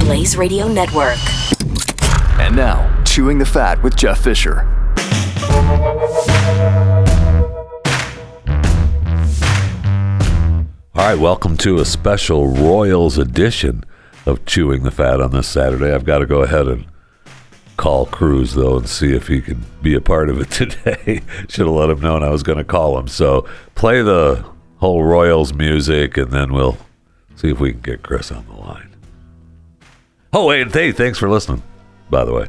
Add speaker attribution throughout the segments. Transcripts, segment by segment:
Speaker 1: Blaze Radio Network.
Speaker 2: And now, Chewing the Fat with Jeff Fisher.
Speaker 3: All right, welcome to a special Royals edition of Chewing the Fat on this Saturday. I've got to go ahead and call Cruz though and see if he can be a part of it today. Should have let him know I was going to call him. So play the whole Royals music, and then we'll see if we can get Chris on the line. Oh, and hey, thanks for listening. By the way.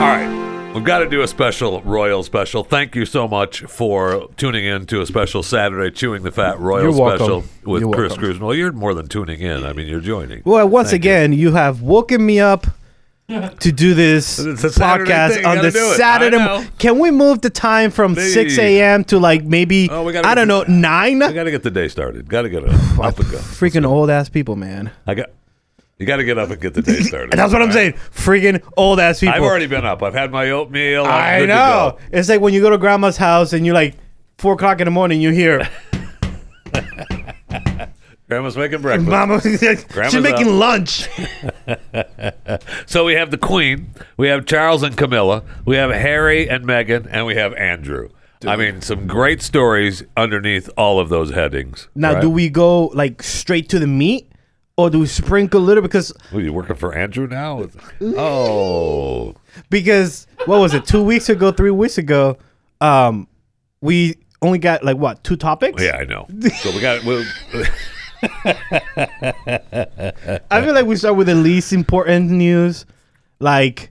Speaker 3: All right. We've got to do a special Royal special. Thank you so much for tuning in to a special Saturday Chewing the Fat Royal
Speaker 4: You're welcome.
Speaker 3: special with
Speaker 4: You're
Speaker 3: Chris
Speaker 4: welcome.
Speaker 3: Cruz. Well, you're more than tuning in. I mean, you're joining.
Speaker 4: Well, once again, you. have woken me up to do this
Speaker 3: It's a Saturday
Speaker 4: podcast
Speaker 3: thing, you
Speaker 4: on
Speaker 3: gotta
Speaker 4: the
Speaker 3: do it.
Speaker 4: Saturday.
Speaker 3: I
Speaker 4: mo-
Speaker 3: know.
Speaker 4: Can we move the time from
Speaker 3: Hey.
Speaker 4: 6 a.m. to like maybe,
Speaker 3: Oh, we gotta
Speaker 4: I
Speaker 3: get
Speaker 4: don't know, 9?
Speaker 3: I got to get the day started. Got to get up, up and go.
Speaker 4: Freaking old ass people, man.
Speaker 3: I got. You got to get up and get the day started.
Speaker 4: And that's what I'm
Speaker 3: All
Speaker 4: saying.
Speaker 3: right?
Speaker 4: Freaking old ass people.
Speaker 3: I've already been up. I've had my oatmeal. I'm
Speaker 4: I
Speaker 3: good to
Speaker 4: know.
Speaker 3: go.
Speaker 4: It's like when you go to grandma's house and you're like, 4 o'clock in the morning, you hear,
Speaker 3: Grandma's making breakfast.
Speaker 4: Mama, she's making
Speaker 3: up.
Speaker 4: lunch.
Speaker 3: So we have the Queen, we have Charles and Camilla, we have Harry and Meghan, and we have Andrew. I mean, some great stories underneath all of those headings.
Speaker 4: Now,
Speaker 3: right?
Speaker 4: do we go like straight to the meat or do we sprinkle a little? Because
Speaker 3: Ooh, you working for Andrew now? Oh,
Speaker 4: because what was it two weeks ago three weeks ago um we only got like what two topics
Speaker 3: yeah, I know. So we got. we
Speaker 4: i feel like we start with the least important news like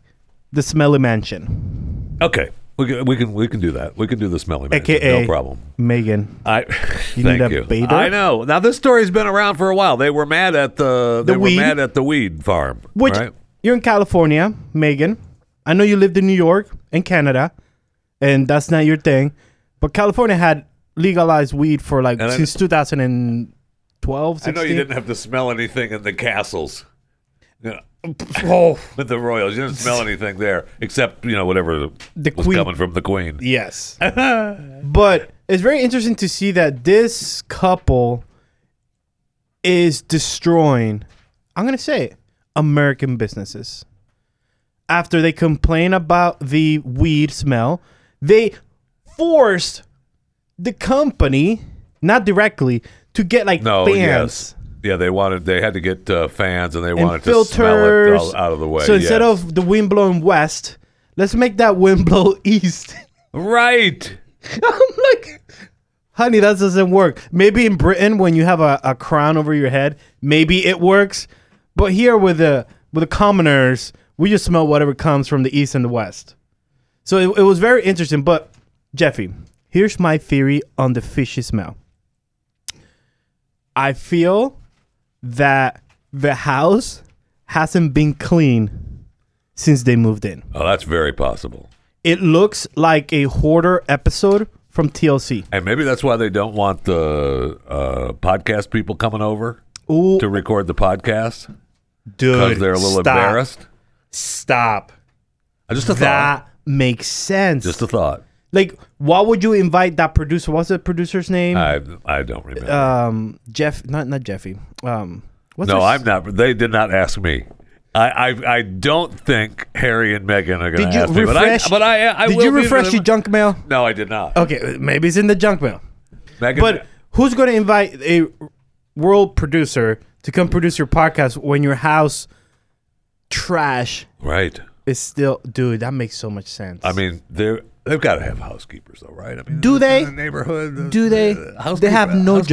Speaker 4: the smelly mansion
Speaker 3: okay, we can, we can we can do that. We can do the smelly man.
Speaker 4: aka
Speaker 3: no problem.
Speaker 4: megan
Speaker 3: I
Speaker 4: You
Speaker 3: thank
Speaker 4: need a
Speaker 3: you.
Speaker 4: bather?
Speaker 3: I know. Now this story's been around for a while. They were mad at the, they
Speaker 4: The
Speaker 3: were
Speaker 4: weed?
Speaker 3: mad at the weed farm.
Speaker 4: which
Speaker 3: right?
Speaker 4: you're in california megan i know you lived in new york and canada and that's not your thing but california had legalized weed for like
Speaker 3: And I-
Speaker 4: since 2012
Speaker 3: I
Speaker 4: 16.
Speaker 3: know you didn't have to smell anything in the castles. You know,
Speaker 4: oh
Speaker 3: with the royals, you didn't smell anything there except you know whatever
Speaker 4: The
Speaker 3: was
Speaker 4: queen-
Speaker 3: coming from the queen.
Speaker 4: Yes. but it's very interesting to see that this couple is destroying, I'm going to say it, American businesses. After they complain about the weed smell, they forced the company, not directly, to get like
Speaker 3: No,
Speaker 4: fans.
Speaker 3: yes, yeah, they wanted they had to get uh, fans and they
Speaker 4: and
Speaker 3: wanted
Speaker 4: filters
Speaker 3: to smell it all out of the way.
Speaker 4: So instead
Speaker 3: yes.
Speaker 4: of the wind blowing west, let's make that wind blow east.
Speaker 3: right,
Speaker 4: I'm like, honey, that doesn't work. Maybe in Britain, when you have a, a crown over your head, maybe it works. But here with the with the commoners, we just smell whatever comes from the east and the west. So it, it was very interesting. But Jeffy, here's my theory on the fishy smell. I feel that the house hasn't been clean since they moved in.
Speaker 3: oh, that's very possible.
Speaker 4: It looks like a hoarder episode from TLC.
Speaker 3: And maybe that's why they don't want the uh, podcast people coming over
Speaker 4: Ooh,
Speaker 3: to record the podcast
Speaker 4: dude,
Speaker 3: because they're a little
Speaker 4: stop.
Speaker 3: embarrassed.
Speaker 4: Stop.
Speaker 3: Uh, Just a thought.
Speaker 4: That makes sense.
Speaker 3: Just a thought.
Speaker 4: like, why would you invite that producer? What's the producer's name?
Speaker 3: I I don't remember.
Speaker 4: um, Jeff. Not not Jeffy. Um, what's
Speaker 3: no,
Speaker 4: his-
Speaker 3: I'm not. They did not ask me. I I, I don't think Harry and Meghan are going
Speaker 4: Did
Speaker 3: to
Speaker 4: you
Speaker 3: ask me. But I,
Speaker 4: refresh?
Speaker 3: but I, I
Speaker 4: did
Speaker 3: will
Speaker 4: you
Speaker 3: be-
Speaker 4: refresh your junk mail?
Speaker 3: No, I did not.
Speaker 4: Okay, maybe it's in the junk mail.
Speaker 3: Meghan,
Speaker 4: But who's going to invite a world producer to come produce your podcast when your house trash
Speaker 3: right.
Speaker 4: is still? Dude, that makes so much sense.
Speaker 3: I mean, they're they've got to have housekeepers though, right? I mean,
Speaker 4: Do
Speaker 3: it's in
Speaker 4: they?
Speaker 3: the neighborhood?
Speaker 4: Do they? They have no
Speaker 3: housekeepers-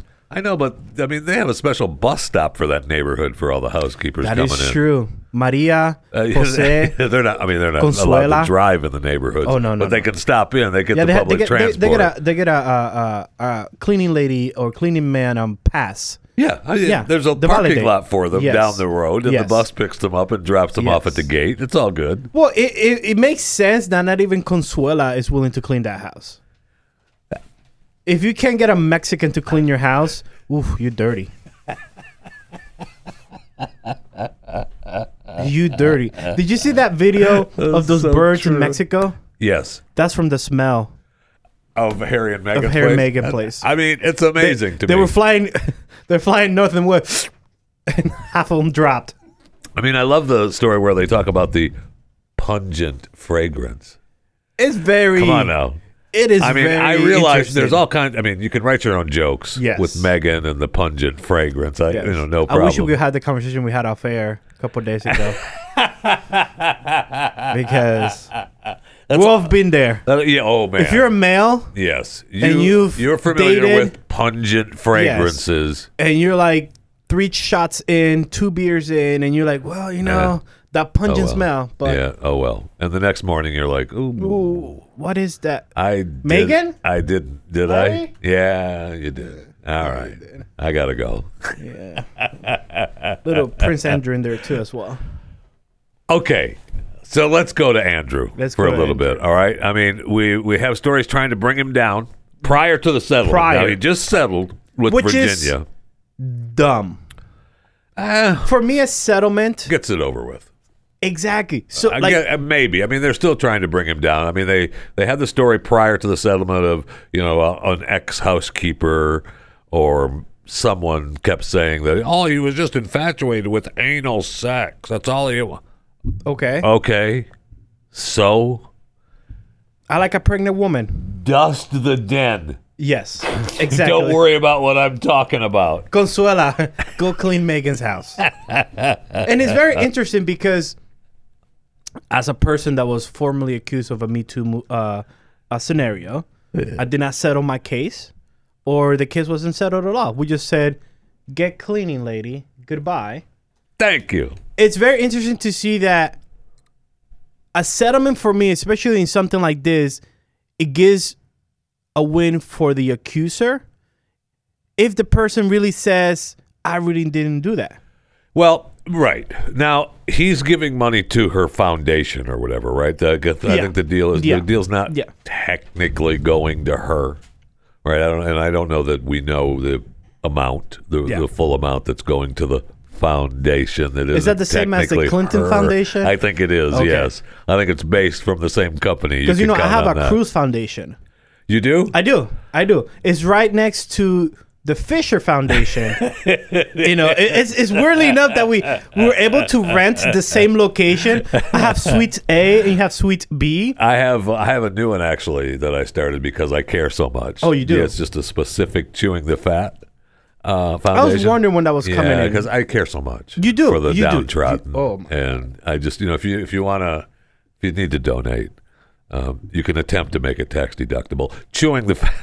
Speaker 4: job.
Speaker 3: I know, but I mean, they have a special bus stop for that neighborhood for all the housekeepers
Speaker 4: that
Speaker 3: coming
Speaker 4: is
Speaker 3: in.
Speaker 4: true. Maria,
Speaker 3: Uh,
Speaker 4: Jose,
Speaker 3: they're not. I mean, they're not allowed to
Speaker 4: Consuela.
Speaker 3: drive in the neighborhood.
Speaker 4: Oh, no, no,
Speaker 3: But they
Speaker 4: no.
Speaker 3: can stop in. They get the
Speaker 4: they, ha-
Speaker 3: public
Speaker 4: they get, they-
Speaker 3: transport.
Speaker 4: They, get a they get a uh, uh, uh, cleaning lady or cleaning man um pass.
Speaker 3: Yeah, I, yeah.
Speaker 4: Yeah,
Speaker 3: There's a
Speaker 4: the
Speaker 3: parking
Speaker 4: validate.
Speaker 3: lot for them
Speaker 4: Yes.
Speaker 3: down the road, and the
Speaker 4: Yes.
Speaker 3: bus picks them up and drops them off at
Speaker 4: Yes.
Speaker 3: the gate. It's all good.
Speaker 4: Well, it, it, it makes sense that not even Consuela is willing to clean that house. If you can't get a Mexican to clean your house, oof, you're dirty. You dirty. Did you see that video of
Speaker 3: That's
Speaker 4: those
Speaker 3: so
Speaker 4: birds
Speaker 3: true.
Speaker 4: in Mexico?
Speaker 3: Yes.
Speaker 4: That's from the smell.
Speaker 3: Of Harry and Meghan.
Speaker 4: Of Harry and Meghan place.
Speaker 3: I mean, it's amazing to
Speaker 4: They
Speaker 3: me.
Speaker 4: were flying. They're flying north and west, and half of them dropped.
Speaker 3: I mean, I love the story where they talk about the pungent fragrance.
Speaker 4: It's very.
Speaker 3: Come on now.
Speaker 4: It is.
Speaker 3: I mean,
Speaker 4: very
Speaker 3: I realize
Speaker 4: interesting.
Speaker 3: there's all kinds. I mean, you can write your own jokes
Speaker 4: Yes.
Speaker 3: with Megan and the pungent fragrance. I,
Speaker 4: Yes.
Speaker 3: you know, no
Speaker 4: I
Speaker 3: problem.
Speaker 4: wish we had the conversation we had off air a couple of days ago. because we've all been there.
Speaker 3: Uh, yeah. Oh man.
Speaker 4: If you're a male
Speaker 3: yes, you,
Speaker 4: and you've
Speaker 3: you're familiar
Speaker 4: dated-
Speaker 3: with pungent fragrances. Oh,
Speaker 4: and you're like three shots in, two beers in, and you're like, well, you know, that pungent
Speaker 3: well.
Speaker 4: smell, but
Speaker 3: yeah. Oh well. And the next morning, you're like, ooh.
Speaker 4: ooh, what is that?
Speaker 3: I did,
Speaker 4: Megan?
Speaker 3: I didn't. Did I?
Speaker 4: Really?
Speaker 3: Yeah, you did. All right. I gotta go.
Speaker 4: Little Prince Andrew in there too as well.
Speaker 3: Okay. So let's go to Andrew
Speaker 4: Let's
Speaker 3: for
Speaker 4: go
Speaker 3: a
Speaker 4: to
Speaker 3: little bit. All right. I mean, we we have stories trying to bring him down prior to the settlement.
Speaker 4: Prior.
Speaker 3: Now he just settled with
Speaker 4: Which is-
Speaker 3: Virginia.
Speaker 4: Dumb.
Speaker 3: Ah,
Speaker 4: For me, a settlement.
Speaker 3: gets it over with.
Speaker 4: Exactly. So
Speaker 3: I
Speaker 4: like
Speaker 3: get- uh, maybe. I mean, they're still trying to bring him down. I mean, they they had the story prior to the settlement of you know uh, an ex housekeeper or someone kept saying that oh he was just infatuated with anal sex. That's all he. wa-"
Speaker 4: okay,
Speaker 3: Oh. Okay, so
Speaker 4: I like a pregnant woman.
Speaker 3: dust the den.
Speaker 4: Yes, exactly.
Speaker 3: Don't worry about what I'm talking about.
Speaker 4: Consuela, go clean Megan's house. and it's very interesting because, as a person that was formerly accused of a Me Too mo- uh, a scenario, I did not settle my case, or the case wasn't settled at all. We just said, "Get cleaning, lady. Goodbye."
Speaker 3: Thank you.
Speaker 4: It's very interesting to see that a settlement for me, especially in something like this, it gives a win for the accuser if the person really says, I really didn't do that.
Speaker 3: Well, right now he's giving money to her foundation or whatever, right? The, I guess- I
Speaker 4: Yeah.
Speaker 3: think the deal is
Speaker 4: Yeah.
Speaker 3: the deal's not
Speaker 4: Yeah.
Speaker 3: technically going to her, right? I don't, and I don't know that we know the amount, the,
Speaker 4: Yeah.
Speaker 3: the full amount that's going to the foundation. That
Speaker 4: Is that the same as the
Speaker 3: technically
Speaker 4: Clinton
Speaker 3: her.
Speaker 4: Foundation?
Speaker 3: I think it is.
Speaker 4: Okay.
Speaker 3: Yes, I think it's based from the same company.
Speaker 4: Because, you,
Speaker 3: can
Speaker 4: know, I
Speaker 3: count
Speaker 4: have
Speaker 3: on
Speaker 4: a
Speaker 3: that.
Speaker 4: Cruz Foundation.
Speaker 3: You do?
Speaker 4: I do. I do. It's right next to the Fisher Foundation. you know, it, it's, it's weirdly enough that we, we were able to rent the same location. I have Suite A and you have Suite B.
Speaker 3: I have I have a new one actually that I started because I care so much.
Speaker 4: Oh, you do?
Speaker 3: Yeah, it's just a specific chewing the fat. Uh,
Speaker 4: I
Speaker 3: foundation.
Speaker 4: was wondering when that was coming in.
Speaker 3: because I care so much.
Speaker 4: You do,
Speaker 3: for the
Speaker 4: you do.
Speaker 3: downtrodden.
Speaker 4: You- oh, my
Speaker 3: and I just you know if you if you wanna if you need to donate, um, you can attempt to make it tax deductible. Chewing the fat.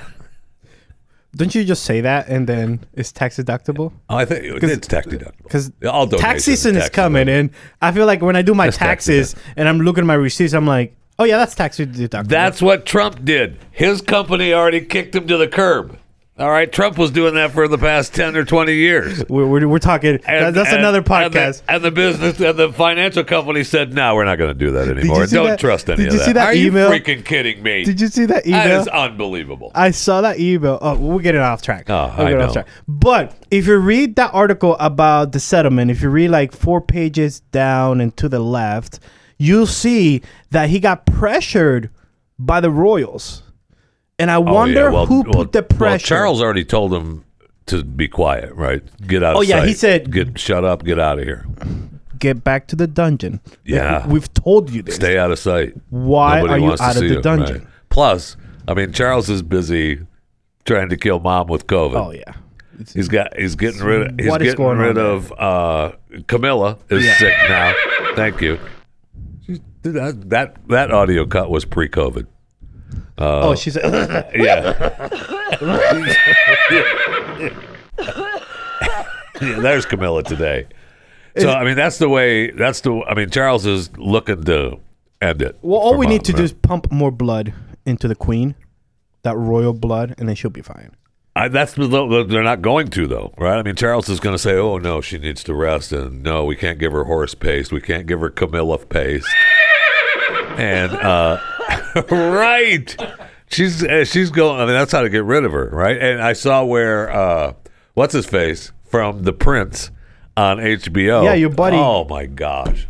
Speaker 4: Don't you just say that and then it's tax deductible?
Speaker 3: Oh, I think it's tax deductible
Speaker 4: 'cause
Speaker 3: all donations
Speaker 4: Tax
Speaker 3: are
Speaker 4: season is
Speaker 3: tax
Speaker 4: coming,
Speaker 3: deductible.
Speaker 4: and I feel like when I do my
Speaker 3: tax
Speaker 4: taxes and I'm looking at my receipts, I'm like, oh yeah, that's tax deductible.
Speaker 3: That's what Trump did. His company already kicked him to the curb. All right, Trump was doing that for the past ten or twenty years.
Speaker 4: we're, we're, we're talking. that- that's another podcast.
Speaker 3: And the, business and the financial company said, "No, we're not going to do that anymore.
Speaker 4: see
Speaker 3: Don't
Speaker 4: that-
Speaker 3: trust any
Speaker 4: did
Speaker 3: of
Speaker 4: you
Speaker 3: that."
Speaker 4: see that
Speaker 3: Are
Speaker 4: email?
Speaker 3: you freaking kidding me?
Speaker 4: Did you see that
Speaker 3: That
Speaker 4: email?
Speaker 3: is unbelievable.
Speaker 4: I saw that email. Oh, we're getting off track.
Speaker 3: Oh,
Speaker 4: We're
Speaker 3: I
Speaker 4: getting
Speaker 3: know.
Speaker 4: But if you read that article about the settlement, if you read like four pages down and to the left, you'll see that he got pressured by the royals. And I
Speaker 3: Oh, yeah,
Speaker 4: wonder
Speaker 3: well-
Speaker 4: who
Speaker 3: well-
Speaker 4: put the
Speaker 3: Well,
Speaker 4: pressure.
Speaker 3: Charles already told him to be quiet, right? Get out.
Speaker 4: Oh,
Speaker 3: of
Speaker 4: yeah, he
Speaker 3: sight.
Speaker 4: said-
Speaker 3: "Get shut up, get out of here,
Speaker 4: get back to the dungeon.
Speaker 3: Yeah.
Speaker 4: We've told you this.
Speaker 3: stay out of sight."
Speaker 4: Why
Speaker 3: Nobody
Speaker 4: are you
Speaker 3: wants to
Speaker 4: out of
Speaker 3: see
Speaker 4: the
Speaker 3: him,
Speaker 4: dungeon?
Speaker 3: right. Plus, I mean, Charles is busy trying to kill mom with COVID.
Speaker 4: Oh yeah.
Speaker 3: He's got. He's getting rid. Of, he's
Speaker 4: What is
Speaker 3: getting
Speaker 4: going on
Speaker 3: rid
Speaker 4: there?
Speaker 3: of. Uh, Camilla is sick now. Thank you. She's- That that that audio cut was pre-COVID. Uh,
Speaker 4: oh, she's a,
Speaker 3: Yeah. yeah. There's Camilla today. So I mean, that's the way. That's the. I mean, Charles is looking to end it.
Speaker 4: Well, all
Speaker 3: for
Speaker 4: we
Speaker 3: Mom,
Speaker 4: need to
Speaker 3: right?
Speaker 4: do is pump more blood into the queen, that royal blood, and then she'll be fine.
Speaker 3: I, that's the- the- they're not going to though, right? I mean, Charles is going to say, "Oh no, she needs to rest," and no, we can't give her horse paste, we can't give her Camilla paste, and uh, right, she's uh, she's going. I mean, that's how to get rid of her, right? And I saw where uh, what's his face from The Prince on HBO.
Speaker 4: Yeah, your buddy.
Speaker 3: Oh my gosh,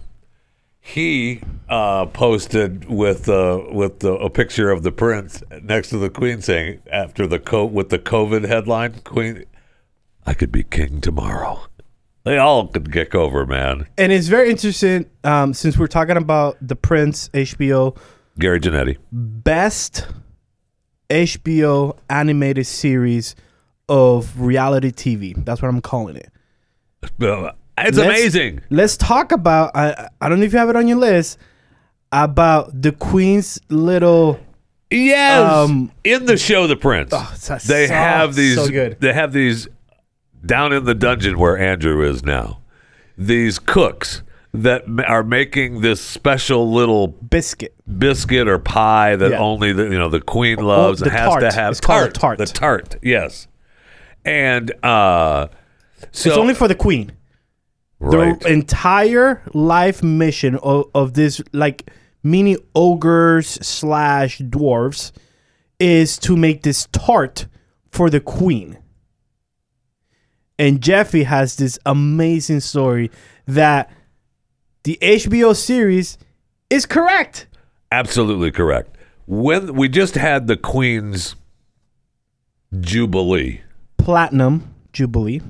Speaker 3: he uh, posted with uh, with the, a picture of the prince next to the queen saying after the co- with the COVID headline, Queen, I could be king tomorrow. They all could kick over, man.
Speaker 4: And it's very interesting um, since we're talking about the Prince HBO
Speaker 3: Gary Janetti.
Speaker 4: best HBO animated series of reality TV. That's what I'm calling it.
Speaker 3: It's
Speaker 4: Let's-
Speaker 3: amazing.
Speaker 4: Let's talk about. I I don't know if you have it on your list about the Queen's little.
Speaker 3: Yes,
Speaker 4: Um, Oh,
Speaker 3: in the show, The Prince.
Speaker 4: it's a-
Speaker 3: they
Speaker 4: so-
Speaker 3: have these.
Speaker 4: so good.
Speaker 3: They have these down in the dungeon where Andrew is now. These cooks that ma- are making this special little
Speaker 4: Biscuit.
Speaker 3: biscuit or pie that
Speaker 4: Yeah. Oh,
Speaker 3: only the you know the queen loves
Speaker 4: the
Speaker 3: and has
Speaker 4: tart.
Speaker 3: to have
Speaker 4: It's called a tart.
Speaker 3: the tart yes and uh so
Speaker 4: It's only for the Queen.
Speaker 3: right
Speaker 4: The entire life mission of, of this like mini ogres slash dwarves is to make this tart for the queen. And Jeffy has this amazing story that the HBO series is correct.
Speaker 3: absolutely correct when we just had the queen's jubilee
Speaker 4: Platinum Jubilee.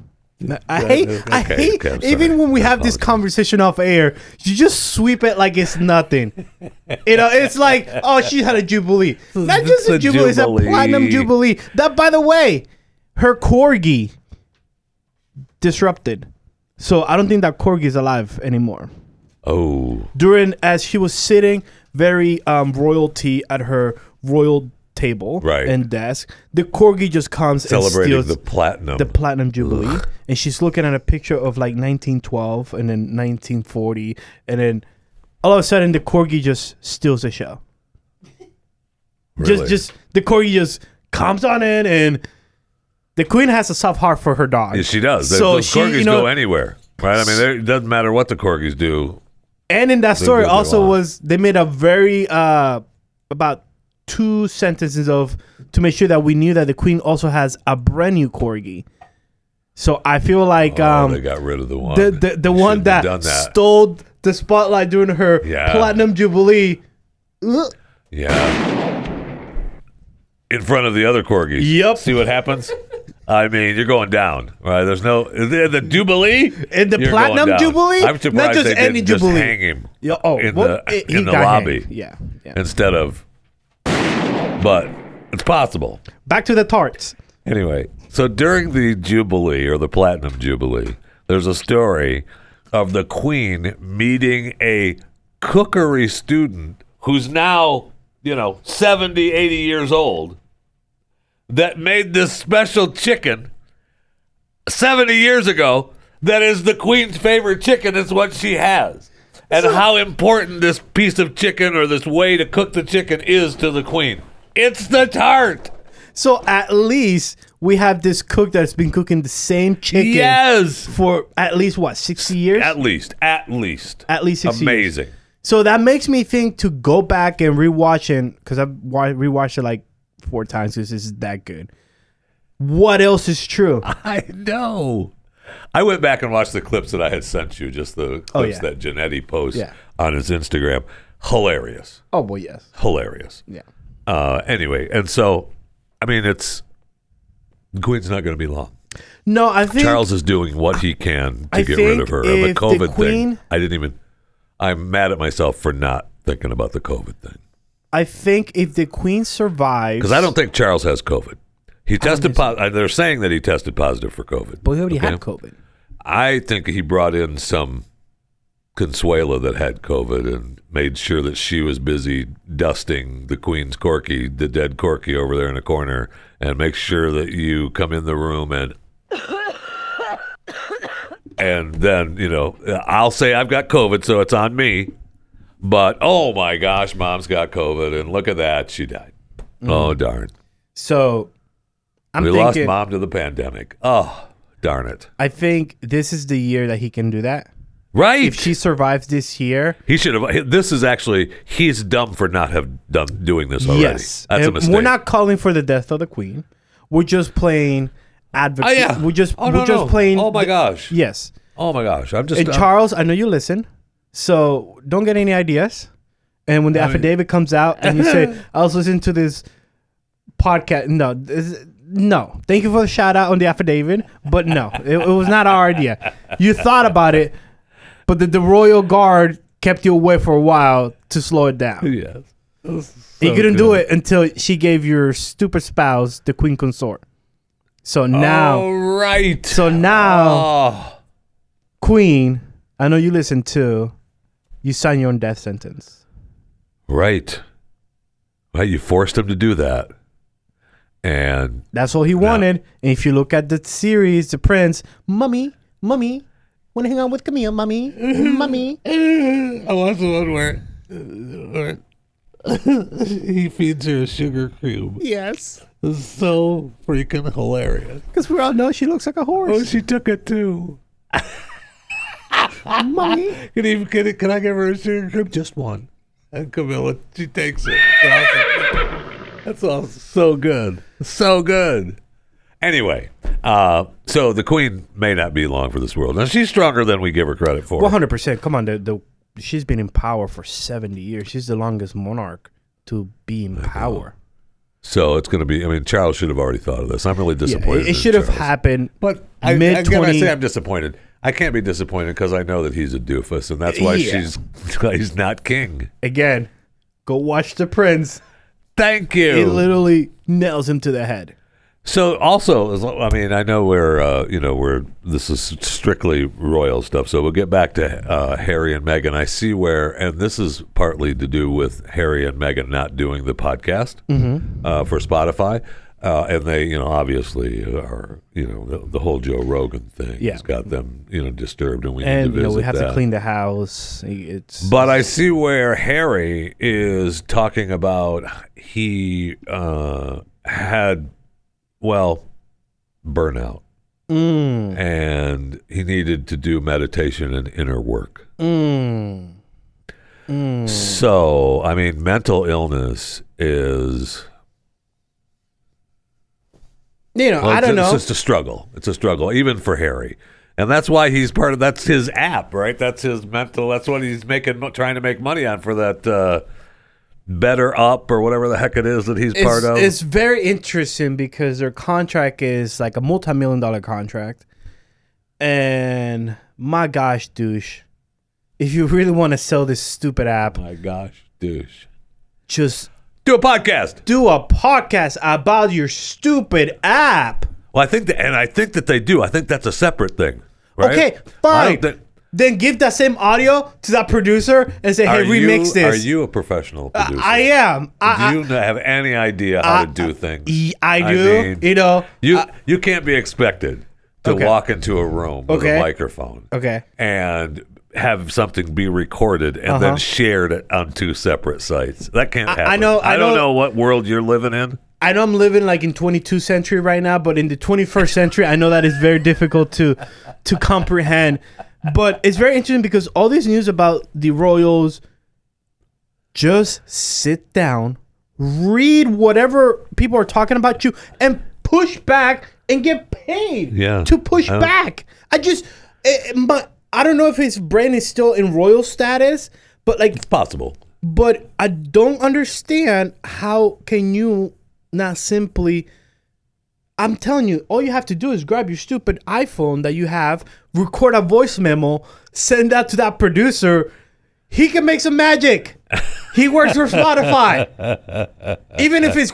Speaker 4: I hate, I
Speaker 3: okay,
Speaker 4: hate,
Speaker 3: okay, I'm
Speaker 4: even
Speaker 3: sorry.
Speaker 4: when we
Speaker 3: I
Speaker 4: have this
Speaker 3: apologize.
Speaker 4: conversation off air, you just sweep it like it's nothing. you know, it's like, oh, she had a jubilee. Not just
Speaker 3: It's a
Speaker 4: a jubilee, it's a
Speaker 3: jubilee.
Speaker 4: platinum jubilee. That, by the way, her corgi disrupted. So I don't think that corgi is alive anymore.
Speaker 3: oh
Speaker 4: During, as she was sitting very um, royalty at her royal table
Speaker 3: Right.
Speaker 4: and desk, the corgi just comes
Speaker 3: celebrating
Speaker 4: and steals
Speaker 3: the platinum
Speaker 4: the platinum jubilee and she's looking at a picture of like 1912 and then 1940 and then all of a sudden the corgi just steals the show
Speaker 3: really.
Speaker 4: just just the corgi just comes on in and the queen has a soft heart for her dog
Speaker 3: Yeah, she does
Speaker 4: so
Speaker 3: those
Speaker 4: she,
Speaker 3: corgis
Speaker 4: you know,
Speaker 3: go anywhere right i mean they- it doesn't matter what the corgis do
Speaker 4: and in that
Speaker 3: do
Speaker 4: story
Speaker 3: what they
Speaker 4: also
Speaker 3: want.
Speaker 4: was they made a very uh about two sentences of to make sure that we knew that the queen also has a brand new corgi so i feel like
Speaker 3: oh,
Speaker 4: um
Speaker 3: they got rid of the one
Speaker 4: the the, the
Speaker 3: They
Speaker 4: one
Speaker 3: shouldn't have
Speaker 4: that,
Speaker 3: done that
Speaker 4: stole the spotlight during her
Speaker 3: Yeah.
Speaker 4: platinum jubilee. Uh, Ugh.
Speaker 3: Yeah. In front of the other corgis.
Speaker 4: Yep.
Speaker 3: See what happens? I mean, you're going down, right? There's no the, the jubilee
Speaker 4: And the
Speaker 3: you're going
Speaker 4: platinum
Speaker 3: down.
Speaker 4: jubilee?
Speaker 3: I'm surprised
Speaker 4: Not just
Speaker 3: they didn't
Speaker 4: any
Speaker 3: just
Speaker 4: jubilee.
Speaker 3: hang him
Speaker 4: Yeah, oh,
Speaker 3: in
Speaker 4: well,
Speaker 3: the,
Speaker 4: it- he
Speaker 3: in the
Speaker 4: got
Speaker 3: lobby
Speaker 4: hanged. Yeah, yeah.
Speaker 3: instead of. But it's possible.
Speaker 4: Back to the tarts.
Speaker 3: Anyway, so during the Jubilee or the Platinum Jubilee, there's a story of the Queen meeting a cookery student who's now, you know, 70, 80 years old that made this special chicken 70 years ago that is the Queen's favorite chicken. It's what she has. And how important this piece of chicken or this way to cook the chicken is to the Queen. It's the tart.
Speaker 4: So at least we have this cook that's been cooking the same chicken
Speaker 3: Yes.
Speaker 4: for at least what sixty years.
Speaker 3: At least, at least,
Speaker 4: At least 60 years.
Speaker 3: amazing.
Speaker 4: So that makes me think to go back and rewatch it because I've wa- rewatched it like four times because this is that good. What else is true?
Speaker 3: I know. I went back and watched the clips that I had sent you, just the clips
Speaker 4: Oh, yeah.
Speaker 3: that Janetti posts
Speaker 4: Yeah.
Speaker 3: on his Instagram. Hilarious,
Speaker 4: Oh well, yes,
Speaker 3: hilarious.
Speaker 4: yeah.
Speaker 3: Uh, anyway, and so, I mean, it's Queen's not going to be long.
Speaker 4: No, I think
Speaker 3: Charles is doing what he can to
Speaker 4: I
Speaker 3: get rid
Speaker 4: think
Speaker 3: of her.
Speaker 4: if
Speaker 3: And the
Speaker 4: the
Speaker 3: COVID thing,
Speaker 4: Queen-
Speaker 3: I didn't even. I'm mad at myself for not thinking about the COVID thing
Speaker 4: I think if the queen survives,
Speaker 3: because I don't think Charles has COVID. He tested positive. They're saying that he tested positive for COVID.
Speaker 4: But he already had
Speaker 3: okay?
Speaker 4: COVID.
Speaker 3: I think he brought in some Consuela that had COVID and made sure that she was busy dusting the Queen's Corky, the dead Corky over there in the corner, and make sure that you come in the room and. And then, you know, I'll say I've got COVID, so it's on me. But oh my gosh, mom's got COVID, and look at that, she died. Oh, darn.
Speaker 4: So Mm. I'm
Speaker 3: we lost
Speaker 4: thinking.
Speaker 3: mom to the pandemic. Oh, darn it.
Speaker 4: I think this is the year that he can do that.
Speaker 3: Right.
Speaker 4: If she survives this year,
Speaker 3: He should have. This is actually he's dumb for not have done doing this already.
Speaker 4: yes,
Speaker 3: that's a
Speaker 4: And
Speaker 3: mistake.
Speaker 4: We're not calling for the death of the queen. We're just playing advocate.
Speaker 3: Oh yeah,
Speaker 4: We're just
Speaker 3: Oh,
Speaker 4: we're
Speaker 3: no,
Speaker 4: just
Speaker 3: no.
Speaker 4: playing.
Speaker 3: Oh my
Speaker 4: the-
Speaker 3: gosh.
Speaker 4: Yes,
Speaker 3: Oh my gosh. I'm just.
Speaker 4: and
Speaker 3: I'm-
Speaker 4: Charles, I know you listen. So don't get any ideas. And when the
Speaker 3: I mean-
Speaker 4: affidavit comes out and you say, I was listening to this podcast. No, this, no. Thank you for the shout out on the affidavit, but no, it, it was not our idea. You thought about it, but the, the Royal Guard kept you away for a while to slow it down.
Speaker 3: Yes.
Speaker 4: you couldn't do it until she gave your stupid spouse the queen consort. So now,
Speaker 3: All right.
Speaker 4: so now,
Speaker 3: oh.
Speaker 4: Queen, I know you listen to, you sign your own death sentence.
Speaker 3: Right. Right. You forced him to do that. And
Speaker 4: That's all he wanted. And if you look at the series, The Prince, mummy, mummy, want to hang out with Camille, mummy, mummy.
Speaker 1: I watched the one where, where he feeds her a sugar cube.
Speaker 4: Yes,
Speaker 1: It's so freaking hilarious.
Speaker 4: because we all know she looks like a
Speaker 1: Oh,
Speaker 4: horse.
Speaker 1: she took it too.
Speaker 4: mummy.
Speaker 1: Can, even, can, can I give her a sugar cube? Just one. And Camilla, she takes it. It's awesome. That's all so good. So good.
Speaker 3: anyway, uh, so the queen may not be long for this world. Now, she's stronger than we give her credit for.
Speaker 4: 100%. Come on. The, the, she's been in power for 70 years. She's the longest monarch to be in power.
Speaker 3: So it's going to be, I mean, Charles should have already thought of this. I'm really
Speaker 4: Yeah,
Speaker 3: disappointed.
Speaker 4: it it
Speaker 3: in
Speaker 4: should have
Speaker 3: Charles.
Speaker 4: happened.
Speaker 1: But
Speaker 3: I,
Speaker 4: mid
Speaker 3: again, I
Speaker 4: 20
Speaker 3: say I'm disappointed. I can't be disappointed because I know that he's a doofus, and that's why
Speaker 4: Yeah.
Speaker 3: she's why he's not king.
Speaker 4: Again, go watch The Prince.
Speaker 3: Thank
Speaker 4: It
Speaker 3: you.
Speaker 4: literally nails him to the head.
Speaker 3: So also, as lo- I mean, I know we're uh, you know we're this is strictly royal stuff. So we'll get back to uh, Harry and Meghan. I see where, and this is partly to do with Harry and Meghan not doing the podcast uh, for Spotify, uh, and they you know obviously are you know the, the whole Joe Rogan thing
Speaker 4: Yeah.
Speaker 3: has got them you know disturbed, and we need
Speaker 4: and
Speaker 3: to
Speaker 4: you
Speaker 3: visit
Speaker 4: know, we have
Speaker 3: that.
Speaker 4: to clean the house. It's
Speaker 3: But I see where Harry is talking about he uh, had, well, burnout. And he needed to do meditation and inner work. So, I mean, mental illness is.
Speaker 4: you know,
Speaker 3: well,
Speaker 4: I
Speaker 3: it's-
Speaker 4: don't know.
Speaker 3: It's just a struggle. It's a struggle, even for Harry. And that's why he's part of that's his app, right? That's his mental. That's what he's making, trying to make money on for that uh, better up or whatever the heck it is that he's part
Speaker 4: it's,
Speaker 3: of.
Speaker 4: it's very interesting because their contract is like a multi-million dollar contract, and my gosh, douche! If you really want to sell this stupid app,
Speaker 3: Oh My gosh, douche.
Speaker 4: just
Speaker 3: Do a podcast.
Speaker 4: do a podcast about your stupid app.
Speaker 3: Well, I think that, and I think that they do. I think that's a separate thing. Right?
Speaker 4: Okay,
Speaker 3: I
Speaker 4: fine.
Speaker 3: don't think-
Speaker 4: then give that same audio to that producer and say, "Hey,
Speaker 3: are
Speaker 4: remix
Speaker 3: you,
Speaker 4: this."
Speaker 3: Are you a professional producer?
Speaker 4: I am. I,
Speaker 3: do you not have any idea how to do things?
Speaker 4: I, I do.
Speaker 3: mean,
Speaker 4: you know.
Speaker 3: you you can't be expected to
Speaker 4: Uh, Okay.
Speaker 3: walk into a room with
Speaker 4: Okay.
Speaker 3: a microphone
Speaker 4: Okay.
Speaker 3: and have something be recorded and
Speaker 4: Uh-huh.
Speaker 3: then shared on two separate sites. That can't happen.
Speaker 4: I know- I
Speaker 3: don't
Speaker 4: know-
Speaker 3: know what world you're living in.
Speaker 4: I know I'm living like in 22nd century right now, but in the 21st century, I know that is very difficult to to comprehend. But it's very interesting because all this news about the Royals just sit down, read whatever people are talking about you and push back and get paid
Speaker 3: Yeah.
Speaker 4: to push
Speaker 3: I don't-
Speaker 4: back. I just it, my, I don't know if his brain is still in royal status, but like
Speaker 3: Possible.
Speaker 4: but I don't understand how can you not simply I'm telling you, all you have to do is grab your stupid iPhone that you have, record a voice memo, send that to that producer. He can make some magic. He works for Spotify. Even if it's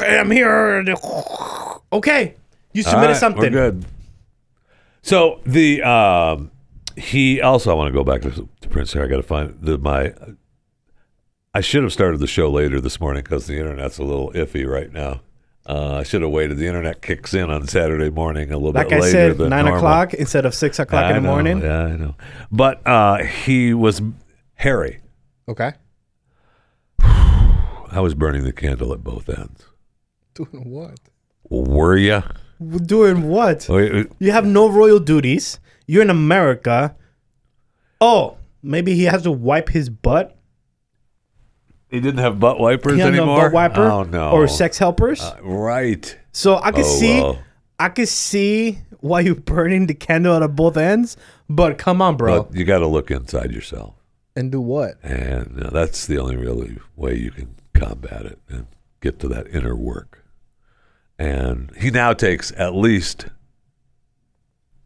Speaker 4: I'm here. Okay. You submitted
Speaker 3: All right,
Speaker 4: something.
Speaker 3: We're good. So the um, he also I want to go back to, to Prince Harry. I got to find the my. I should have started the show later this morning because the internet's a little iffy right now. Uh, I should have waited. The internet kicks in on Saturday morning a little
Speaker 4: Like
Speaker 3: bit
Speaker 4: I
Speaker 3: later
Speaker 4: said,
Speaker 3: than
Speaker 4: nine
Speaker 3: normal.
Speaker 4: o'clock instead of six o'clock
Speaker 3: I
Speaker 4: in the
Speaker 3: know,
Speaker 4: morning.
Speaker 3: Yeah, I know. But uh, he was Harry.
Speaker 4: Okay.
Speaker 3: I was burning the candle at both ends.
Speaker 1: Doing what?
Speaker 3: Were you?
Speaker 4: Doing what? You have no royal duties. You're in America. Oh, maybe he has to wipe his butt.
Speaker 3: He didn't have butt wipers
Speaker 4: He has no
Speaker 3: anymore.
Speaker 4: butt wiper
Speaker 3: Oh no.
Speaker 4: or sex helpers.
Speaker 3: Right.
Speaker 4: so I could
Speaker 3: Oh,
Speaker 4: see,
Speaker 3: well.
Speaker 4: I could see why you're burning the candle at both ends, but come on, bro.
Speaker 3: But you got to look inside yourself,
Speaker 4: and do what?
Speaker 3: and uh, that's the only really way you can combat it and get to that inner work. And he now takes at least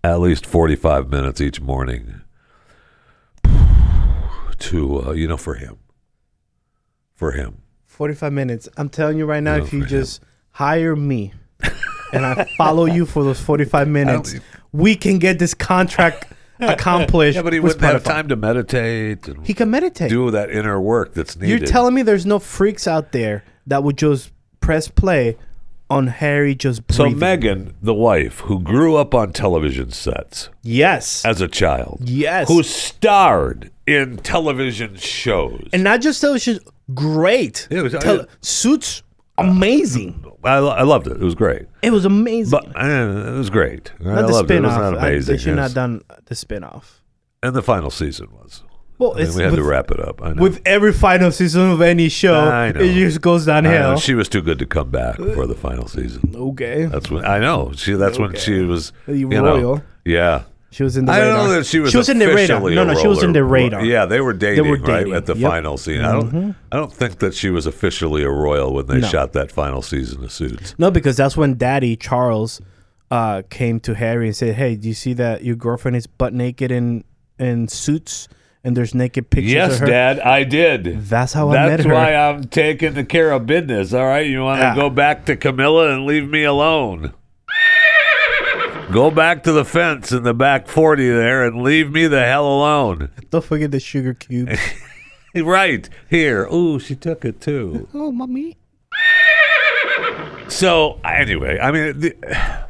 Speaker 3: at least forty five minutes each morning to uh, you know for him for him
Speaker 4: 45 minutes. I'm telling you right now,
Speaker 3: No,
Speaker 4: if you
Speaker 3: for him.
Speaker 4: just hire me and I follow you for those 45 minutes,
Speaker 3: think-
Speaker 4: we can get this contract accomplished.
Speaker 3: Yeah, but he
Speaker 4: with
Speaker 3: wouldn't have
Speaker 4: Spotify.
Speaker 3: time to meditate and
Speaker 4: He can meditate.
Speaker 3: do that inner work that's needed.
Speaker 4: You're telling me there's no freaks out there that would just press play on Harry just
Speaker 3: so
Speaker 4: breathing.
Speaker 3: Megan, the wife, who grew up on television sets
Speaker 4: Yes.
Speaker 3: as a child,
Speaker 4: Yes.
Speaker 3: who starred in television shows.
Speaker 4: and not just television. Great.
Speaker 3: Yeah, it was-
Speaker 4: Tele- suits amazing.
Speaker 3: I, lo- I loved it; it was great.
Speaker 4: It was amazing.
Speaker 3: But uh, it was great. I
Speaker 4: not the
Speaker 3: loved it. It was
Speaker 4: spin-off.
Speaker 3: not
Speaker 4: I-
Speaker 3: amazing.
Speaker 4: They should
Speaker 3: It
Speaker 4: not
Speaker 3: was-
Speaker 4: done the spin-off.
Speaker 3: and the final season was.
Speaker 4: Well,
Speaker 3: I mean,
Speaker 4: it's
Speaker 3: we had
Speaker 4: with,
Speaker 3: to wrap it up. I know.
Speaker 4: with every final season of any show,
Speaker 3: I know.
Speaker 4: it just goes
Speaker 3: I know,
Speaker 4: downhill.
Speaker 3: she Uh, was too good to come back for the final season.
Speaker 4: okay,
Speaker 3: That's when I know she. That's when she was
Speaker 4: You
Speaker 3: you
Speaker 4: royal.
Speaker 3: Know, yeah.
Speaker 4: she was in the
Speaker 3: I
Speaker 4: radar.
Speaker 3: don't know that she was.
Speaker 4: in the radar.
Speaker 3: officially
Speaker 4: No,
Speaker 3: a
Speaker 4: no, she was in the
Speaker 3: roller-
Speaker 4: radar.
Speaker 3: Yeah, they were dating,
Speaker 4: were
Speaker 3: right
Speaker 4: dating.
Speaker 3: at the
Speaker 4: Yep. Mm-hmm.
Speaker 3: final scene. I don't. I don't think that she was officially a royal when they
Speaker 4: No.
Speaker 3: shot that final season of Suits.
Speaker 4: No, because that's when Daddy Charles uh, came to Harry and said, "Hey, do you see that your girlfriend is butt naked in in suits and there's naked pictures of her?"
Speaker 3: Dad, I did.
Speaker 4: That's how I met her.
Speaker 3: I'm taking the care of business. All right, you want
Speaker 4: Yeah.
Speaker 3: back to Camilla and leave me alone? Go back to the fence in the back forty there and leave me the hell alone.
Speaker 4: Don't forget the sugar cube.
Speaker 3: Right here. Ooh, she took it too.
Speaker 4: oh, mommy.
Speaker 3: So anyway, I mean, the,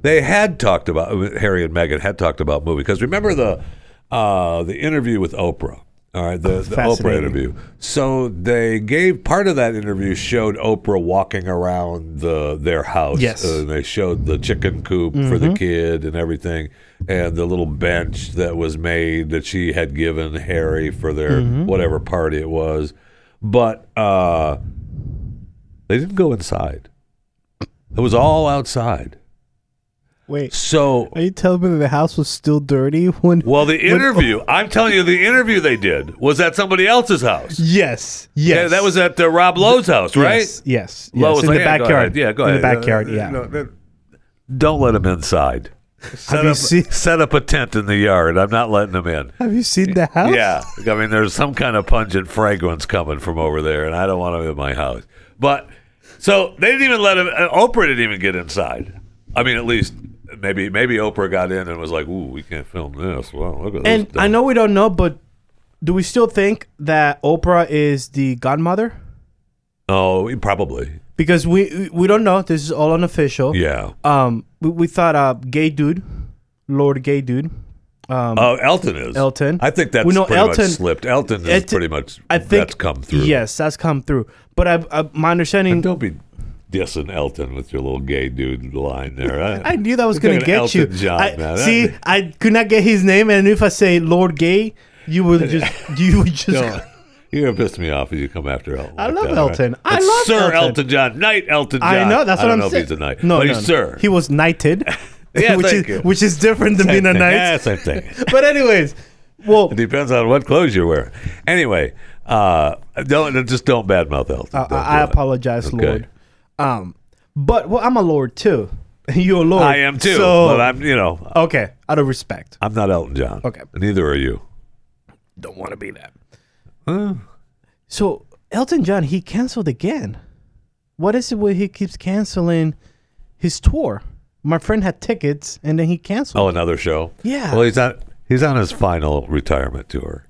Speaker 3: they had talked about Harry and Meghan had talked about movie because remember the uh, the interview with Oprah. All right, the, the Oprah
Speaker 4: Fascinating.
Speaker 3: interview. So they gave part of that interview showed Oprah walking around the their house.
Speaker 4: Yes. Mm-hmm.
Speaker 3: Uh, and they showed the chicken coop for the kid and everything, and the little bench that was made that she had given Harry for their
Speaker 4: Mm-hmm.
Speaker 3: whatever party it was. But uh, they didn't go inside. It was all outside.
Speaker 4: Wait,
Speaker 3: So,
Speaker 4: are you telling me that the house was still dirty when?
Speaker 3: well, the
Speaker 4: when-
Speaker 3: interview, I'm telling you, the interview they did was at somebody else's house.
Speaker 4: Yes. Yes.
Speaker 3: Yeah, that was at uh, Rob Lowe's house, right?
Speaker 4: Yes. Yes.
Speaker 3: Lowe
Speaker 4: yes,
Speaker 3: was
Speaker 4: in
Speaker 3: like, oh,
Speaker 4: the
Speaker 3: "Yeah, go
Speaker 4: backyard.
Speaker 3: ahead. Yeah, go
Speaker 4: in
Speaker 3: ahead.
Speaker 4: the backyard.
Speaker 3: Uh,
Speaker 4: yeah.
Speaker 3: no, no, don't let him inside. Set
Speaker 4: you
Speaker 3: up,
Speaker 4: seen-
Speaker 3: set up a tent in the yard. I'm not letting him in.
Speaker 4: Have you seen the house?
Speaker 3: Yeah, I mean, there's some kind of pungent fragrance coming from over there, and I don't want him in my house. But so they didn't even let him. uh, Oprah didn't even get inside. I mean, at least maybe maybe Oprah got in and was like, "Ooh, we can't film this." Well, look at this.
Speaker 4: And I know we don't know, but do we still think that Oprah is the godmother?
Speaker 3: Oh, probably.
Speaker 4: Because we we don't know. This is all unofficial.
Speaker 3: Yeah.
Speaker 4: Um, we, we thought uh, gay dude, Lord Gay dude. Um,
Speaker 3: Oh, Elton is
Speaker 4: Elton.
Speaker 3: I think that's
Speaker 4: We know
Speaker 3: pretty
Speaker 4: Elton-
Speaker 3: much slipped. Elton is
Speaker 4: Elton-
Speaker 3: pretty much.
Speaker 4: I think
Speaker 3: that's come through.
Speaker 4: Yes, that's come through. But I, I my understanding,
Speaker 3: Don't be dissing Elton with your little gay dude line there.
Speaker 4: I knew that was
Speaker 3: Look
Speaker 4: going
Speaker 3: at
Speaker 4: to get
Speaker 3: Elton
Speaker 4: you.
Speaker 3: John,
Speaker 4: I,
Speaker 3: man.
Speaker 4: See, I could not get his name, and if I say Lord Gay, you would just you would just.
Speaker 3: No, You're gonna piss me off if you come after Elton.
Speaker 4: I
Speaker 3: like
Speaker 4: love
Speaker 3: that, all
Speaker 4: Elton. I
Speaker 3: But
Speaker 4: love
Speaker 3: Sir
Speaker 4: Elton.
Speaker 3: John, Knight Elton John.
Speaker 4: I know that's
Speaker 3: I
Speaker 4: what
Speaker 3: don't
Speaker 4: I'm
Speaker 3: know
Speaker 4: saying.
Speaker 3: If he's a knight. but he's sir.
Speaker 4: He was knighted.
Speaker 3: Yeah,
Speaker 4: which
Speaker 3: thank
Speaker 4: is
Speaker 3: you.
Speaker 4: which is different than
Speaker 3: Same
Speaker 4: being a
Speaker 3: thing.
Speaker 4: knight.
Speaker 3: Yeah, same thing.
Speaker 4: But anyways, well,
Speaker 3: It depends on what clothes you're wearing. Anyway, uh, don't just don't badmouth Elton.
Speaker 4: I,
Speaker 3: Don't do
Speaker 4: Uh, I
Speaker 3: it.
Speaker 4: apologize,
Speaker 3: Okay.
Speaker 4: Lord. Um, but well, I'm a Lord too. You're a Lord.
Speaker 3: I am too.
Speaker 4: So
Speaker 3: but I'm you know
Speaker 4: okay, out of respect,
Speaker 3: I'm not Elton John.
Speaker 4: Okay.
Speaker 3: Neither are you.
Speaker 4: don't want to be that. So Elton John, he canceled again. What is it where he keeps canceling his tour? My friend had tickets and then he canceled.
Speaker 3: Oh, another show.
Speaker 4: Yeah.
Speaker 3: Well, he's on he's on his final retirement tour.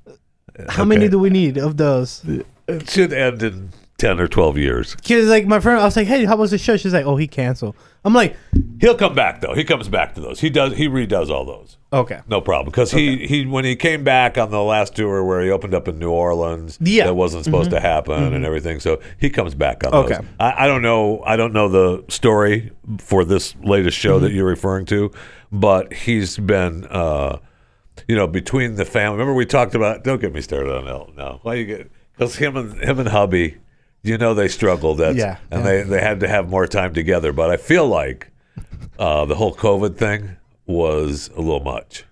Speaker 4: How many
Speaker 3: Oh, okay.
Speaker 4: do we need of those?
Speaker 3: It should end in ten or twelve years.
Speaker 4: Cause like my friend, I was like, "Hey, how was the show?" She's like, "Oh, he canceled." I'm like,
Speaker 3: He'll come back though. He comes back to those. He does. He redoes all those.
Speaker 4: "Okay,
Speaker 3: No problem, because he, he when he came back on the last tour where he opened up in New Orleans,
Speaker 4: Yeah. Mm-hmm.
Speaker 3: that wasn't supposed to happen and everything. So he comes back on.
Speaker 4: Okay.
Speaker 3: those. I, I don't know. I don't know the story for this latest show
Speaker 4: Mm-hmm.
Speaker 3: that you're referring to, but he's been, uh, you know, between the family. Remember we talked about? Don't get me started on Elton. No, why you get? Because him and him and hubby you know they struggled. That's,
Speaker 4: Yeah,
Speaker 3: and
Speaker 4: yeah.
Speaker 3: they they had to have more time together. But I feel like uh, the whole COVID thing was a little much.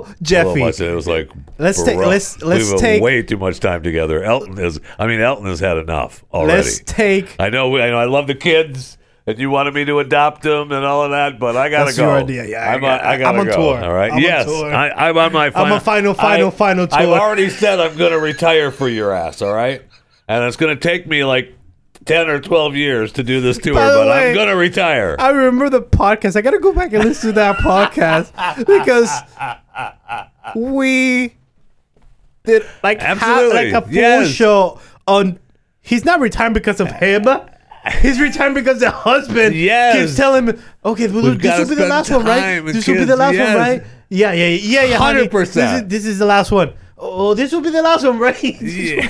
Speaker 3: A little
Speaker 4: Jeffy,
Speaker 3: much. And it was like
Speaker 4: Let's take-
Speaker 3: bro,
Speaker 4: let's-
Speaker 3: we
Speaker 4: let's
Speaker 3: have
Speaker 4: take-
Speaker 3: way too much time together. Elton is. I mean, Elton has had enough already.
Speaker 4: let's take
Speaker 3: I know. I know. I love the kids. And you wanted me to adopt them and all of that, but I gotta
Speaker 4: That's
Speaker 3: go.
Speaker 4: your idea. Yeah, I
Speaker 3: I'm,
Speaker 4: got-
Speaker 3: I gotta
Speaker 4: I'm on
Speaker 3: go,
Speaker 4: tour.
Speaker 3: All right.
Speaker 4: I'm on
Speaker 3: yes,
Speaker 4: tour.
Speaker 3: I, I'm on my. Final,
Speaker 4: I'm on final, final, final
Speaker 3: I've
Speaker 4: tour.
Speaker 3: already said I'm gonna retire for your ass. All right, and it's gonna take me like ten or twelve years to do this tour,
Speaker 4: By the
Speaker 3: but
Speaker 4: way,
Speaker 3: I'm gonna retire.
Speaker 4: I remember the podcast. I gotta go back and listen to that podcast because we did like ha-
Speaker 3: Absolutely.
Speaker 4: like a full
Speaker 3: Yes.
Speaker 4: show on. He's not retiring because of him. He's retiring because the husband
Speaker 3: Yes.
Speaker 4: keeps telling him, "Okay, well,
Speaker 3: We've
Speaker 4: this
Speaker 3: gotta
Speaker 4: will be the
Speaker 3: spend
Speaker 4: last one, right?
Speaker 3: time with
Speaker 4: This will be the
Speaker 3: kids,
Speaker 4: last
Speaker 3: yes.
Speaker 4: one, right? Yeah, yeah, yeah, yeah. honey. This is-
Speaker 3: 100%.
Speaker 4: This is the last one. Oh, this will be the last one, right?
Speaker 3: Yeah.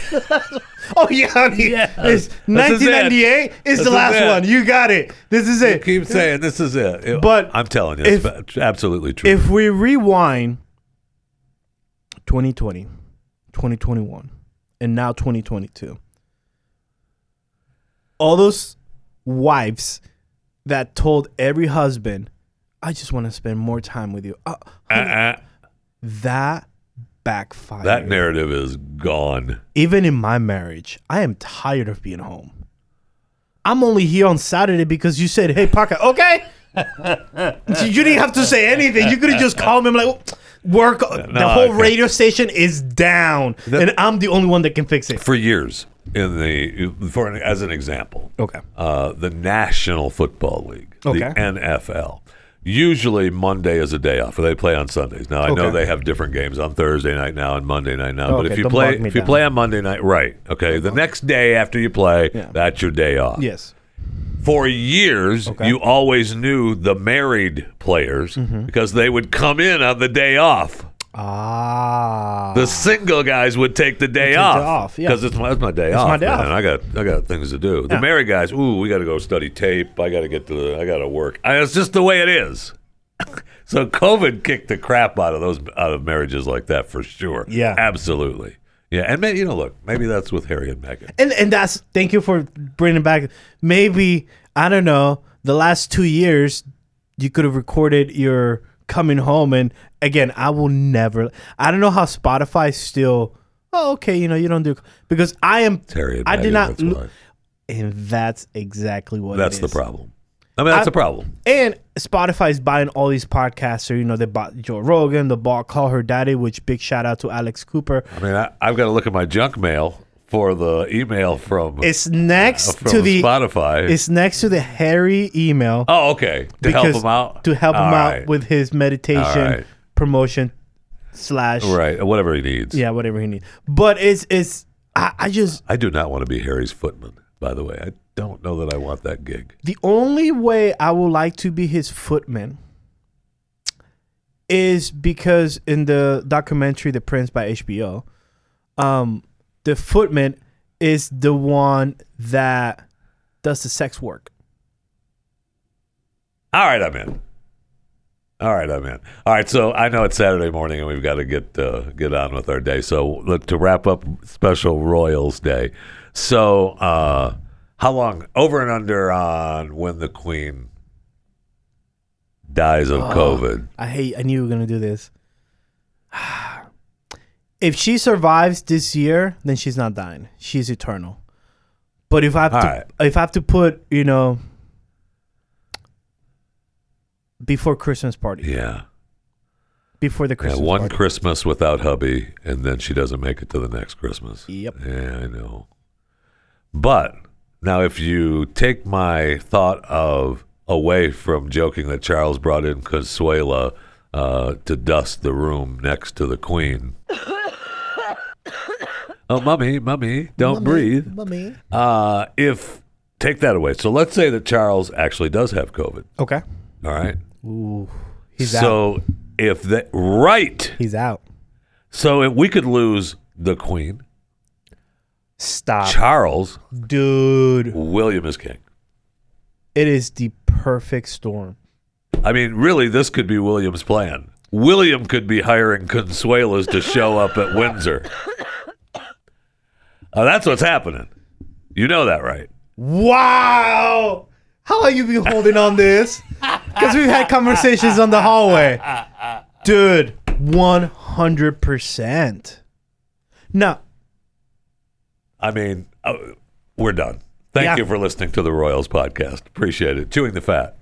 Speaker 4: Oh yeah, honey.
Speaker 3: Yes.
Speaker 4: It's
Speaker 3: This is it.
Speaker 4: 1998. It's the
Speaker 3: This is
Speaker 4: last
Speaker 3: it.
Speaker 4: one. You got it. This is it.
Speaker 3: Keep saying this is it. It-
Speaker 4: But
Speaker 3: I'm telling you, it's
Speaker 4: if-
Speaker 3: fa- absolutely true.
Speaker 4: if we rewind 2020 2021 and now 2022 all those wives that told every husband i just want to spend more time with you uh,
Speaker 3: Uh-uh.
Speaker 4: that backfired
Speaker 3: that narrative is gone.
Speaker 4: even in my marriage i am tired of being home i'm only here on saturday because you said hey Parker, okay So you didn't have to say anything. You could have just called me. I'm like, work. the
Speaker 3: no,
Speaker 4: whole
Speaker 3: okay.
Speaker 4: radio station is down, and I'm the only one that can fix it.
Speaker 3: for years in the for an, as an example
Speaker 4: Okay.
Speaker 3: uh, the national football league
Speaker 4: Okay.
Speaker 3: the nfl usually monday is a day off or they play on sundays now i know
Speaker 4: Okay.
Speaker 3: they have different games on thursday night now and monday night now but
Speaker 4: Okay,
Speaker 3: if you
Speaker 4: don't
Speaker 3: play
Speaker 4: bog me
Speaker 3: if you
Speaker 4: down.
Speaker 3: play on monday night right okay the next day after you play
Speaker 4: Yeah.
Speaker 3: that's your day off
Speaker 4: Yes.
Speaker 3: for years you always knew the married players
Speaker 4: Mm-hmm.
Speaker 3: because they would come in on the day off
Speaker 4: Ah.
Speaker 3: the single guys would take the day
Speaker 4: Would take the
Speaker 3: off
Speaker 4: off, yeah.
Speaker 3: because it's my, it's my day off.
Speaker 4: my day
Speaker 3: man.
Speaker 4: off.
Speaker 3: I got I got things to do. The
Speaker 4: Yeah.
Speaker 3: married guys, ooh, we got to go study tape. I got to get to the, I got to work. I, it's just the way it is. so COVID kicked the crap out of those out of marriages like that for sure.
Speaker 4: Yeah.
Speaker 3: absolutely. Yeah, and may, you know, look, maybe that's with Harry and Meghan.
Speaker 4: and and that's thank you for bringing it back. Maybe I don't know. The last two years, you could have recorded your coming home, and again, I will never. I don't know how Spotify still. Oh, okay. You know, you don't do because I am.
Speaker 3: It's Harry and
Speaker 4: I did
Speaker 3: Meghan,
Speaker 4: not.
Speaker 3: That's,
Speaker 4: lo-
Speaker 3: why.
Speaker 4: and that's exactly what. it
Speaker 3: that's the
Speaker 4: is.
Speaker 3: problem. I mean, that's a problem.
Speaker 4: And Spotify's buying all these podcasts. So, you know, they bought Joe Rogan, they bought Call Her Daddy, which big shout out to Alex Cooper.
Speaker 3: I mean, I, I've got to look at my junk mail for the email from
Speaker 4: It's next
Speaker 3: Uh, from
Speaker 4: to the
Speaker 3: Spotify.
Speaker 4: it's next to the Harry email
Speaker 3: Oh, okay. To help him out.
Speaker 4: to help him
Speaker 3: All
Speaker 4: out
Speaker 3: right.
Speaker 4: with his meditation
Speaker 3: All right.
Speaker 4: promotion slash
Speaker 3: right whatever he needs.
Speaker 4: yeah, whatever he needs. But it's it's I, I just
Speaker 3: I do not want to be Harry's footman. By the way, I don't know that I want that gig.
Speaker 4: the only way I would like to be his footman is because in the documentary The Prince by HBO, um, the footman is the one that does the sex work.
Speaker 3: All right, I'm in. All right, I'm in. All right, so I know it's Saturday morning and we've got to get uh, get on with our day. So look to wrap up special Royals Day. So uh, how long over and under on when the Queen dies of COVID?
Speaker 4: Uh, I hate I knew you were gonna do this. If she survives this year, then she's not dying. She's eternal. But if I have
Speaker 3: All
Speaker 4: to
Speaker 3: right.
Speaker 4: if I have to put, you know before Christmas party.
Speaker 3: Yeah.
Speaker 4: before the
Speaker 3: Yeah,
Speaker 4: Christmas
Speaker 3: one
Speaker 4: party.
Speaker 3: Christmas without hubby, and then she doesn't make it to the next Christmas.
Speaker 4: Yep.
Speaker 3: Yeah, I know. But now, if you take my thought of away from joking that Charles brought in Consuela uh, to dust the room next to the Queen. oh, mummy, mummy, don't breathe.
Speaker 4: Mummy.
Speaker 3: Uh, if take that away, so let's say that Charles actually does have COVID.
Speaker 4: Okay.
Speaker 3: All right.
Speaker 4: Ooh, he's out.
Speaker 3: so if that right.
Speaker 4: He's out.
Speaker 3: So if we could lose the Queen,
Speaker 4: Stop,
Speaker 3: Charles,
Speaker 4: dude.
Speaker 3: William is king.
Speaker 4: It is the perfect storm.
Speaker 3: I mean, really, this could be William's plan. William could be hiring Consuelas to show up at Windsor. Uh, that's what's happening. You know that, right?
Speaker 4: Wow. How long you been holding on this? Because we've had conversations on the hallway. Dude, 100%. No.
Speaker 3: I mean, uh, we're done. Thank
Speaker 4: Yeah.
Speaker 3: you for listening to the Royals podcast. Appreciate it. Chewing the fat.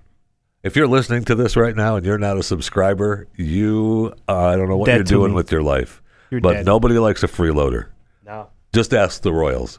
Speaker 3: If you're listening to this right now and you're not a subscriber, you uh, I don't know what
Speaker 4: Dead
Speaker 3: you're
Speaker 4: to
Speaker 3: doing
Speaker 4: me.
Speaker 3: with your life.
Speaker 4: You're
Speaker 3: but
Speaker 4: dead.
Speaker 3: nobody likes a freeloader.
Speaker 4: No.
Speaker 3: Just ask the Royals.